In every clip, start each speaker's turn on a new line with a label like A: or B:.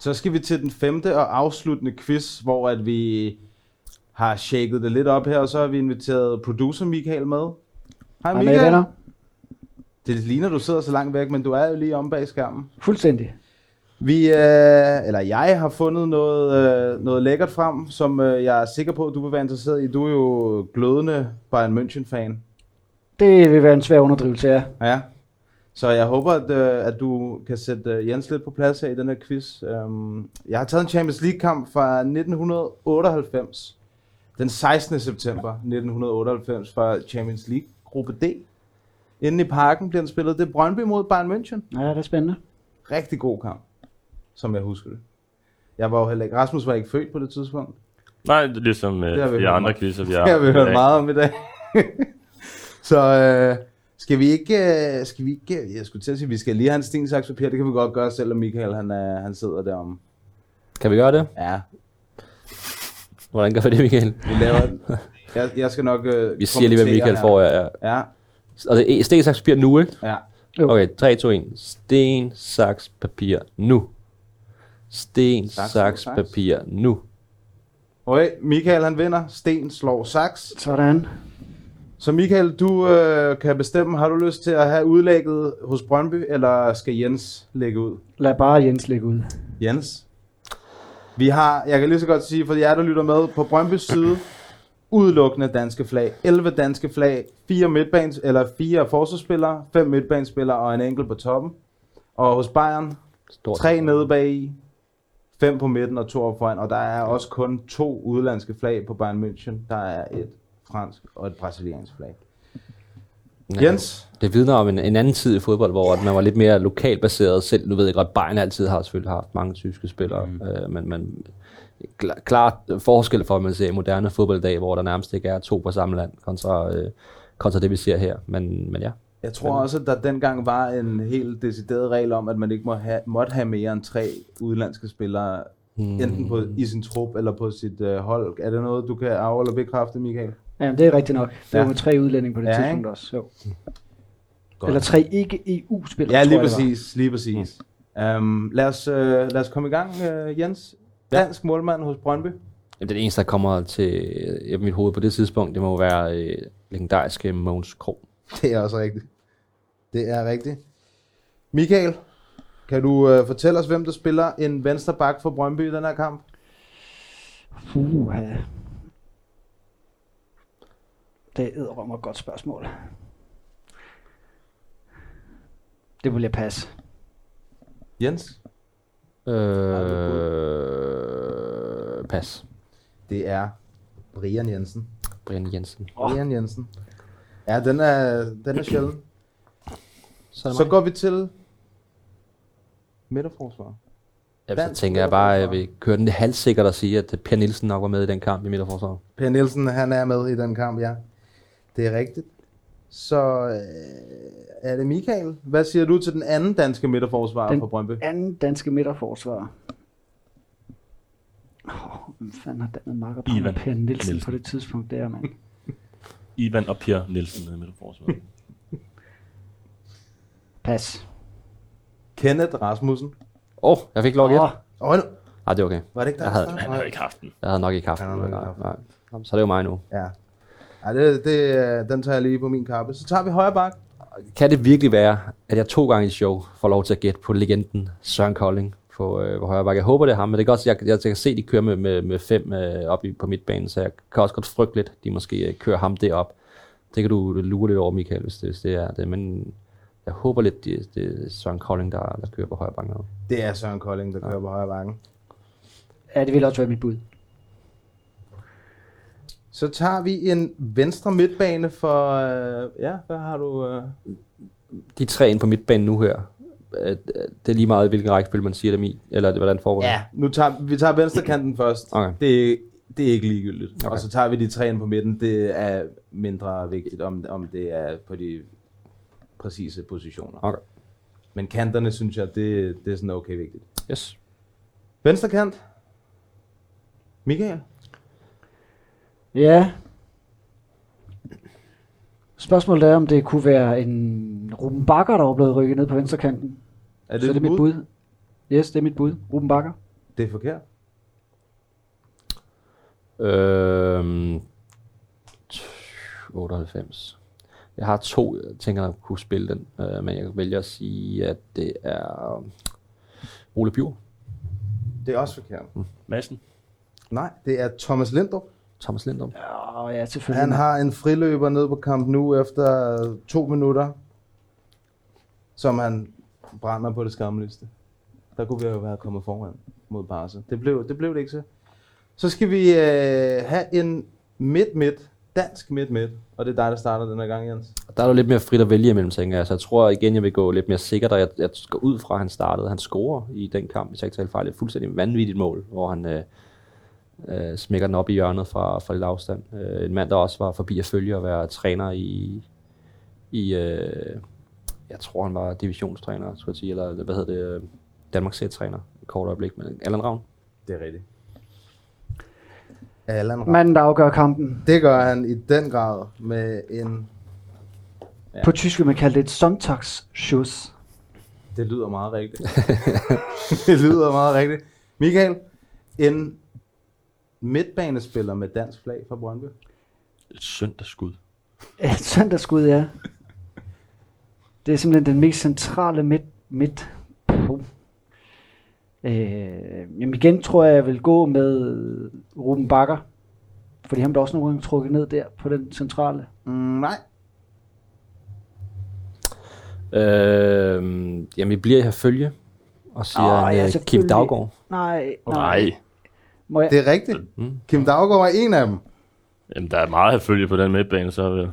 A: Så skal vi til den femte og afsluttende quiz, hvor at vi har shaket det lidt op her, og så har vi inviteret producer Michael med. Hej
B: Hej med venner.
A: Michael. Det ligner, du sidder så langt væk, men du er jo lige om bag skærmen.
B: Fuldstændig.
A: Vi, øh, eller jeg har fundet noget, øh, noget lækkert frem, som øh, jeg er sikker på, at du vil være interesseret i. Du er jo glødende Bayern München-fan.
B: Det vil være en svær underdrivelse, ja.
A: Ja. Så jeg håber, at, øh, at du kan sætte øh, Jens lidt på plads her i den her quiz. Øhm, jeg har taget en Champions League-kamp fra 1998. Den 16. september 1998 fra Champions League gruppe D. Inden i parken bliver den spillet. Det er Brøndby mod Bayern München.
B: Ja, det er spændende.
A: Rigtig god kamp, som jeg husker det. Jeg var jo heller ikke, Rasmus var ikke født på det tidspunkt.
C: Nej, det er ligesom
A: Det har vi
C: øh, de
A: hørt
C: andre
A: meget-
C: quizzer, vi
A: Ja,
C: har.
A: det har vi
C: i
A: hørt
C: dag.
A: meget om i dag. så øh, skal vi ikke, øh, skal vi ikke, jeg skulle til at sige, vi skal lige have en sten, saks, papir, det kan vi godt gøre, selvom Michael han, øh, han sidder deromme.
D: Kan vi gøre det?
A: Ja,
D: Hvordan gør vi det, Michael?
A: vi laver jeg, jeg skal nok øh,
D: Vi siger lige, hvad
A: kommentere
D: Michael
A: her.
D: får. Ja, ja.
A: Ja,
D: Og det er sten, saks, papir nu, ikke?
A: ja.
B: Jo.
D: Okay, 3, 2, 1. Sten, saks, papir nu. Sten,
A: Saks,
D: saks,
A: saks.
D: papir nu.
A: Okay, Michael han vinder, sten slår saks.
B: Sådan.
A: Så Michael, du øh, kan bestemme, har du lyst til at have udlægget hos Brøndby, eller skal Jens lægge ud?
B: Lad bare Jens ligge ud.
A: Jens. Vi har, jeg kan lige så godt sige, for jer, der lytter med, på Brøndbys side, udelukkende danske flag. 11 danske flag, fire midtbanes, eller fire forsvarsspillere, fem midtbanespillere og en enkelt på toppen. Og hos Bayern,
D: Stort.
A: tre nede bagi, fem på midten og to op foran. Og der er også kun to udenlandske flag på Bayern München. Der er et fransk og et brasiliansk flag.
D: Ja.
A: Jens,
D: Det vidner om en, en anden tid i fodbold, hvor at man var lidt mere lokalbaseret selv. Nu ved jeg godt, at Bayern altid har selvfølgelig haft mange tyske spillere, mm. øh, men, men klar, klar forskel for, at man ser i moderne fodbold i dag, hvor der nærmest ikke er to på samme land, kontra, øh, kontra det, vi ser her. Men, men ja,
A: Jeg tror også, at der dengang var en helt decideret regel om, at man ikke må have, måtte have mere end tre udenlandske spillere, hmm. enten på, i sin trup eller på sit øh, hold. Er det noget, du kan af- eller bekræfte, Michael?
B: Jamen, det er rigtigt nok. Det
A: Ja.
B: var med tre udlændinge på det
A: Ja,
B: ja,
A: ikke?
B: tidspunkt også. Jo. Eller tre ikke-EU-spillere,
A: Ja,
B: tror
A: lige
B: jeg, det var.
A: præcis. Lige præcis. Um, lad, os, øh, lad os komme i gang, øh, Jens. Dansk målmand hos Brøndby.
D: Jamen, den eneste, der kommer til øh, mit hoved på det tidspunkt, det må være øh, legendariske Måns Krog.
A: Det er også rigtigt. Det er rigtigt. Michael, kan du øh, fortælle os, hvem der spiller en venstre bak for Brøndby i den her kamp?
B: Puh, ja. Det er mig et godt spørgsmål. Det vil jeg passe.
A: Jens?
D: Øh, pas.
A: Det er Brian Jensen.
D: Brian Jensen.
A: Brian Jensen. Ja, den er, den er sjælden.
D: Så, er det
A: Så
D: mig.
A: går vi til midterforsvar.
D: Jamen, så
A: dansk
D: tænker jeg bare, at jeg
A: midterforsvar.
D: vil køre den halvsikkert og sige, at Per Nielsen nok var med i den kamp i midterforsvaret.
A: Per Nielsen, han er med i den kamp, ja. Det er rigtigt. Så øh, er det Michael. Hvad siger du til den anden danske midterforsvar
B: Den-
A: for Brøndby?
B: Anden danske midterforsvarer. Oh, hvem fanden har dannet marker på
C: Ivan
B: Ivan. Per Nielsen,
C: Nielsen.
B: på det tidspunkt der, mand?
C: Ivan og Per Nielsen nede i midterforsvaret.
B: Pas.
A: Kenneth Rasmussen.
D: Åh, oh, jeg fik lov igen.
B: Åh,
A: Åh, oh,
D: Nej, det er okay.
A: var det ikke der?
D: Jeg havde-
A: der
C: Han
A: startede?
C: har jo ikke haft den.
D: Jeg havde nok ikke haft
A: Ja,
D: den.
A: nok ikke
D: Nej,
A: haft
D: nej. Nå, Så er det jo mig nu.
A: Ja. Ej, det, det, øh, den tager jeg lige på min kappe. Så tager vi højre bak.
D: Kan det virkelig være, at jeg to gange i show får lov til at gætte på legenden Søren Kolding på, øh, på højre bakke? Jeg håber, det er ham, men det kan også, jeg, jeg kan se, at de kører med, med, med fem øh, op i, på midtbanen, så jeg kan også godt frygte lidt, at de måske øh, kører ham derop. Det kan du lure lidt over, Michael, hvis det, hvis det er det. Men jeg håber lidt, det, det er Søren Kolding, der, der kører på højre bakke. nu.
A: Det er Søren Kolding, der kører på højre bakken.
B: ja, det ville også være mit bud.
A: Så tager vi en venstre midtbane for... Øh, ja, hvad har du... Øh?
D: De tre ind på midtbanen nu her, øh, det er lige meget, hvilken rækkefølge man siger dem i, eller hvordan det foregår.
A: Ja, nu tager, vi tager venstrekanten først.
D: Okay.
A: Det, er- det er ikke ligegyldigt. Okay.
D: Okay.
A: Og så tager vi de tre ind på midten. Det er mindre vigtigt, om, om det er på de præcise positioner.
D: Okay.
A: Men kanterne, synes jeg, det, det er sådan okay vigtigt.
D: Yes.
A: Venstre kant. Michael.
B: Ja. Spørgsmålet er, om det kunne være en Ruben Bakker, der var blevet rykket ned på venstrekanten.
A: Er
B: så er det
A: dit
B: mit bud? Yes, det er mit bud. Ruben Bakker.
A: Det er forkert.
D: Øhm, 98. Jeg har to, jeg tænker, der kunne spille den, øh, men jeg kan vælge at sige, at det er Ole Bjur,
A: Det er også forkert.
C: Madsen.
A: Nej, det er Thomas Lindrup.
D: Thomas Lindum.
B: Åh, oh, ja, selvfølgelig.
A: Han har en friløber ned på kamp nu efter to minutter, som han brænder på det skamløste. Der kunne vi jo være kommet foran mod Barca. Det blev det, blev det ikke så. Så skal vi øh, have en midt-midt, dansk midt-midt, og det er dig, der starter den her gang, Jens.
D: Og der er jo lidt mere frit at vælge imellem, tænker jeg. Så jeg tror igen, jeg vil gå lidt mere sikkert, og jeg, jeg går ud fra, at han startede. Han scorer i den kamp, hvis jeg ikke tager helt fejl. Det er et fuldstændig vanvittigt mål, hvor han øh, øh, smækker den op i hjørnet fra, fra lidt afstand. Øh, en mand, der også var forbi at følge og være træner i... i øh, jeg tror, han var divisionstræner, skulle jeg sige, eller hvad hedder det? øh, Danmarks C-træner, et kort øjeblik. Men Allan Ravn.
A: Det er rigtigt. Allan Rapp.
B: Manden, der afgør kampen.
A: Det gør han i den grad med en...
B: Ja. På tysk vil man kalde det et Sonntagsschuss.
A: Det lyder meget rigtigt. det lyder meget rigtigt. Michael, en midtbanespiller med dansk flag fra Brøndby.
C: Et søndagsskud.
B: Et søndagsskud, ja. Det er simpelthen den mest centrale midt. midt. Puh. Øh, jamen igen tror jeg, jeg vil gå med Ruben Bakker. Fordi han blev også nogle gange trukket ned der på den centrale.
A: Mm, nej,
D: Øh, jamen, vi bliver her følge og siger
B: Åh,
D: oh,
B: ja,
D: ja, Kim
B: selvfølgelig.
D: Daggaard.
B: Nej,
C: Nej.
B: Må jeg?
A: det er rigtigt.
D: Mm.
A: Kim Daggaard er en af dem.
C: Jamen, der er meget at følge på den midtbane, så vel.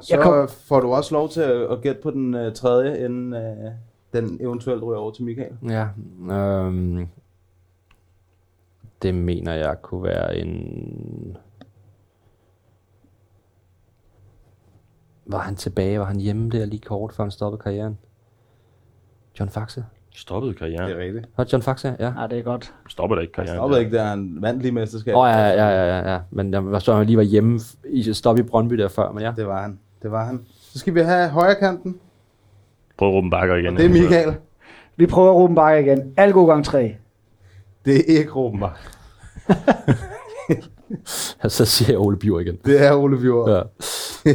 A: Så
B: Jeg kom-
A: får du også lov til at at gætte på den øh, tredje, inden øh, den eventuelt ryger over til Michael.
D: Ja. Øhm, det mener jeg kunne være en... Var han tilbage? Var han hjemme der lige kort, før han stoppede karrieren? John Faxe?
C: Stoppede karrieren.
A: rigtigt.
D: Var det John Faxe? Ja.
B: Nej, det er godt.
C: Stopper der ikke
A: Jeg
C: karrieren.
A: stoppede ikke, da han vandt lige mesterskabet.
D: Åh, oh, ja, ja, ja, ja, ja. Men jeg var så, han lige var hjemme f- i stop i Brøndby der før, men ja.
A: Det var han. Det var han. Så skal vi have højre kanten,
C: Prøv at råbe bakker igen.
A: og det er Michael.
B: Vi prøver Ruben Bakker igen. Alle gode gange tre.
A: Det er ikke Rosenbach.
D: Så siger jeg Ole Bjur igen.
A: Det er Ole Bjørn.
D: Ja.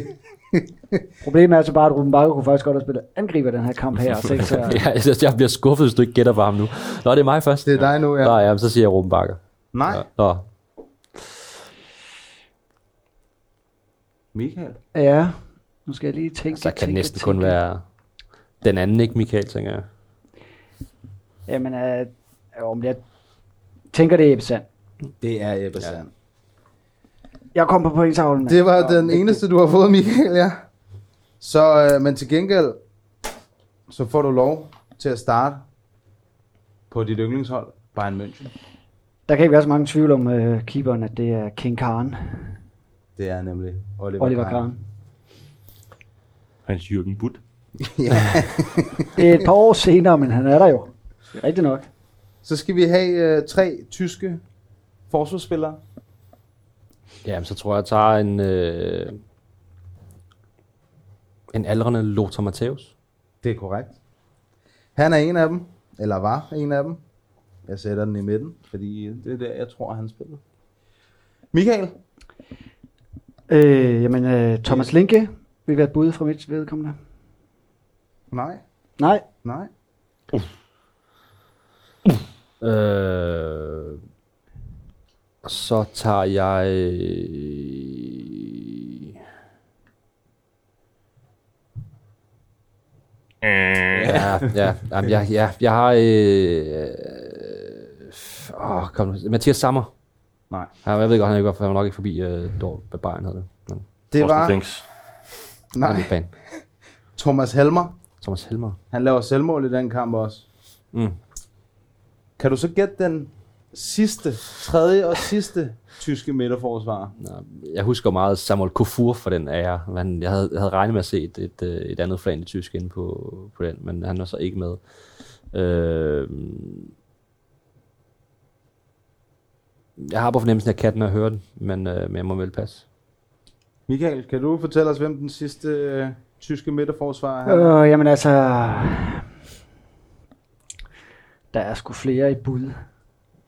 B: Problemet er altså bare, at Ruben Bakker kunne faktisk godt have spillet angriber i den her kamp her. Så, ikke? så
D: ja, jeg, jeg bliver skuffet, hvis du ikke gætter på ham nu. Nå, det er mig først.
A: Det er dig nu, ja.
D: Nå, ja, men så siger jeg Ruben Bakker.
A: Nej,
D: Ja. Nå,
A: Michael.
B: ja, nu skal jeg lige tænke.
D: så kan det
B: tænke,
D: næsten
B: tænke.
D: kun være den anden, ikke Michael, tænker jeg.
B: Jamen, øh, jo, men jeg tænker, det er Ebbe Sand.
A: Det er Ebbe Sand.
B: Jeg kom på pointtavlen. mand.
A: Det var
B: Nå,
A: den
B: vigtigt.
A: eneste, du har fået, Michael, ja. Så, øh, men til gengæld, så får du lov til at starte på dit yndlingshold, Bayern München.
B: Der kan ikke være så mange tvivl om øh, keeperen, at det er King Karen.
A: Det er nemlig Oliver,
B: Oliver Karen.
C: Hans Jürgen Butt.
A: ja.
B: Det er et par år senere, men han er der jo. Rigtig nok.
A: Så skal vi have øh, tre tyske forsvarsspillere.
D: Jamen, så tror jeg, jeg tager en... Øh, en aldrende Lothar Matthäus.
A: Det er korrekt. Han er en af dem, eller var en af dem. Jeg sætter den i midten, fordi det er der, jeg tror, han spiller. Michael,
B: Øh, jamen, øh, Thomas Linke vil være et bud fra mit vedkommende.
A: Nej,
B: Nej,
A: nej.
D: Øh, og så tager jeg... øh, Ja, ja, jamen, jeg, ja, jeg har... Øh, åh, kom, nu. Mathias Sammer.
A: Nej.
D: Ja, jeg ved godt, han, er ikke, han var nok ikke forbi øh, Dor, hvad Bayern hed det. Men,
A: Det var
C: Thanks.
D: Nej.
A: nej,
D: Bane.
A: Thomas Helmer.
D: Thomas Helmer.
A: Han laver selvmål i den kamp også.
D: Mm.
A: Kan du så gætte den sidste, tredje og sidste tyske midterforsvarer?
D: Nå, Jeg husker meget Samuel Kofur for den ære. Han, jeg, havde, jeg havde regnet med at se et, et, øh, et andet flag end det tyske inde på, på den, men han var så ikke med. Øh, jeg har på fornemmelsen, at jeg kan den og høre den, men, øh, men jeg må vel passe.
A: Michael, kan du fortælle os, hvem den sidste øh,
B: altså,
A: tyske midterforsvarer er?
B: Øh, jamen altså... Der er sgu flere i bud.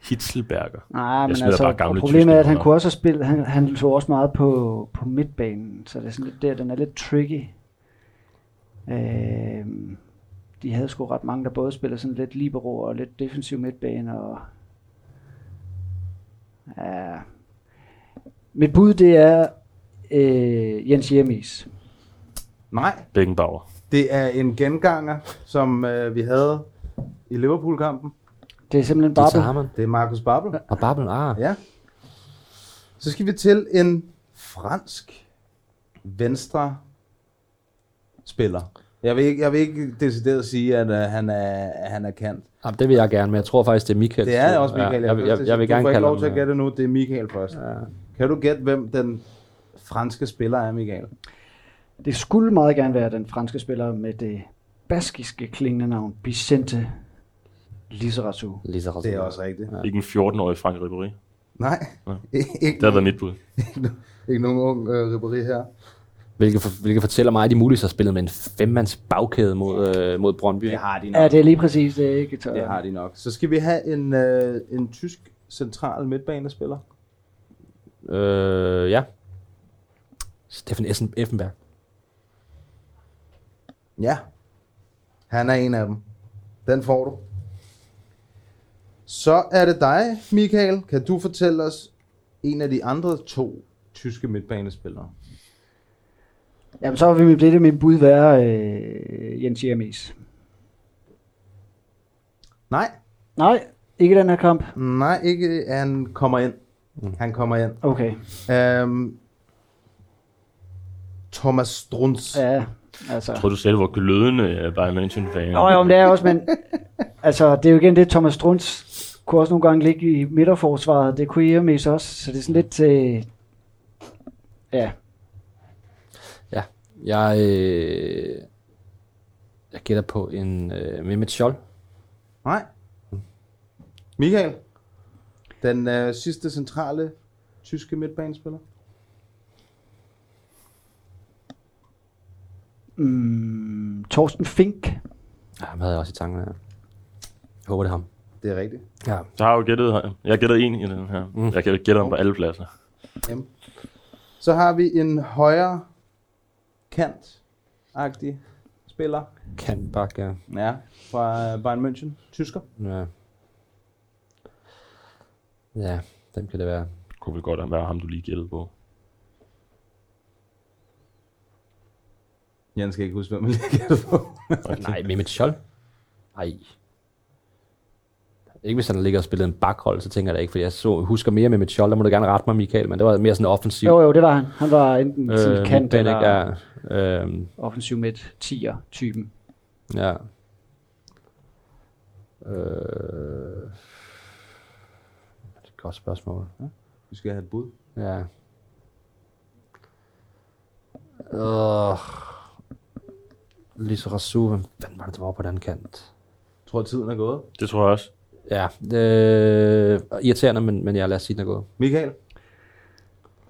C: Hitzelberger.
B: Nej, men
C: smider
B: altså,
C: bare gamle
B: og problemet er, at han
C: tyskere.
B: kunne også spille, han, han tog også meget på, på midtbanen, så det er sådan lidt der, den er lidt tricky. Øh, de havde sgu ret mange, der både spiller sådan lidt libero og lidt defensiv midtbane. Og, ja. Mit bud, det er øh, Jens Jemis.
A: Nej,
C: Beckenbauer.
A: det er en genganger, som øh, vi havde i Liverpool-kampen.
B: Det er simpelthen
D: Det
B: bare...
D: tager man.
A: Det er Markus Babbel.
D: Og Babel, ah.
A: Ja. Så skal vi til en fransk venstre spiller. Jeg vil ikke, jeg vil ikke decideret sige, at uh, han, er, han er kant.
D: Jamen, det vil jeg gerne, men jeg tror faktisk, det er Michael.
A: Det er også Michael.
D: Ja, jeg, vil- jeg, jeg, jeg vil
A: du
D: gerne
A: får ikke
D: kalde
A: lov til
D: ham. øh,
A: at gætte det nu. Det er Michael først. Ja. Kan du gætte, hvem den franske spiller er, Michael?
B: Det skulle meget gerne være den franske spiller med det baskiske klingende navn, Vicente Lizarazu.
D: Lisa
A: Det er også rigtigt.
C: Ikke en 14-årig Frank Ribéry.
A: Nej,
C: Nej.
A: ikke,
C: Det har været mit bud.
A: ikke nogen ung uh, riberi her.
D: Hvilket, for, hvilket fortæller mig, at de muligvis har spillet med en femmands bagkæde mod, øh, mod Brøndby.
A: Det
D: Ja.
A: har de nok.
B: Ja, det er lige præcis det, ikke? Så,
A: det har de nok. Så skal vi have en, uh, en tysk central midtbanespiller.
D: Øh, ja. Steffen Essen, Effenberg.
A: Ja. Han er en af dem. Den får du. Så er det dig, Michael. Kan du fortælle os en af de andre to tyske midtbanespillere?
B: Jamen, så vil mit, det mit bud være øh, Jens Jermes.
A: Nej,
B: Nej, ikke den her kamp.
A: nej, ikke. Han kommer ind. Han kommer ind.
B: Okay,
A: Øhm, Thomas Strunz. Ja.
B: ja, altså.
C: Jeg troede, du selv var glødende øh, Bayern München-fan.
B: Nå, jo, men det er også, men altså, det er jo igen det, Thomas Strunz kunne også nogle gange ligge i midterforsvaret. Det kunne Jermes også, så det er sådan lidt... Øh, ja,
D: Jeg, øh, jeg gætter på en øh, Mehmet Scholl.
A: Nej. Michael. Den øh, sidste centrale tyske midtbanespiller.
B: mm, Torsten Fink.
D: Ja, ham havde jeg også i tankerne. Ja. Jeg håber, det er ham.
A: Det er rigtigt.
D: Ja.
C: Jeg har jo gættet her. Jeg har gættet en i den her. Mm. Jeg gætter gætter ham på alle pladser.
A: Jamen. Så har vi en højre kant-agtig spiller.
D: Kan bakke, ja.
A: Ja, fra øh, Bayern München. Tysker.
D: ja. Ja, dem kan det være.
C: Det kunne vel godt være ham, du lige gættede på.
A: Jens skal ikke huske, hvem man lige gætter på.
D: Nej, Mehmet Scholl? Nej. Ikke hvis han ligger og spillede en bakhold, så tænker jeg da ikke, for jeg så, husker mere Mehmet Scholl, der må du gerne rette mig, Michael, men det var mere sådan offensiv.
B: Jo, jo, det var han. Han var enten øh, sådan kant
D: midtbane,
B: eller
D: ikke?
B: ja.
D: Ja, øhm,
B: offensiv midt, 10'er typen.
D: ja. Øh, det er et godt spørgsmål.
A: Vi skal have et bud.
D: Ja. Øh, Lise Rassou, hvem fanden var det, der var på den kant?
A: Jeg tror, tiden er gået.
C: Det tror jeg også.
D: Ja, øh, irriterende, men, men jeg lader sige, den er gået.
A: Michael.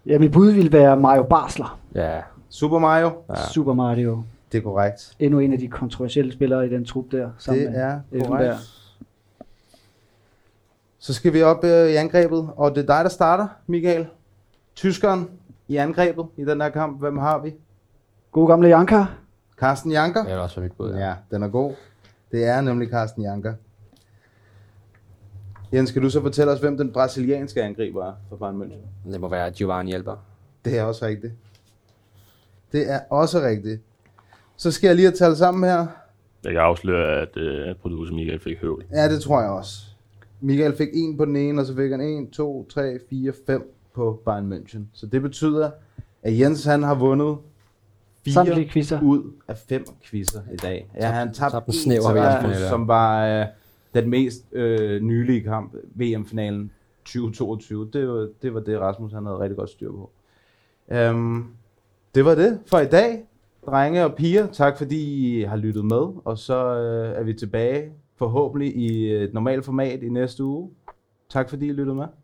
B: Ja, mit bud ville være Mario Barsler.
D: Ja,
A: Super Mario.
B: Ja. Super Mario.
A: Det er korrekt.
B: Endnu en af de kontroversielle spillere i den trup der. Sammen
A: Det
B: med
A: er
B: Effenberg.
A: korrekt. Så skal vi op øh, i angrebet, og det er dig, der starter, Michael. Tyskeren i angrebet i den her kamp. Hvem har vi?
B: God gamle Janka.
A: Carsten Janker.
D: det er også være mit bud. Ja.
A: Ja, den er god. Det er nemlig Carsten Janker. Jens, skal du så fortælle os, hvem den brasilianske angriber er for Bayern München?
D: Det må være Giovanni Alba.
A: Det er også rigtigt. Det er også rigtigt. Så skal jeg lige at tale sammen her.
C: Jeg kan afsløre, at øh, producer Michael fik høvl.
A: Ja, det tror jeg også. Michael fik en på den ene, og så fik han en, to, tre, fire, fem på Bayern München. Så det betyder, at Jens han har vundet fire
B: Samtlige quizzer.
A: ud af fem quizzer i dag. Ja, han tabte
D: tabte en
A: en
D: snæver
A: til
D: ved
A: Rasmus,
D: VM-finalen.
A: som var øh, den mest øh, nylige kamp, VM-finalen 2022. Det var, det var det, Rasmus han havde rigtig godt styr på. Øhm, det var det for i dag, drenge og piger. Tak fordi I har lyttet med, og så øh, er vi tilbage forhåbentlig i et normalt format i næste uge. Tak fordi I lyttede med.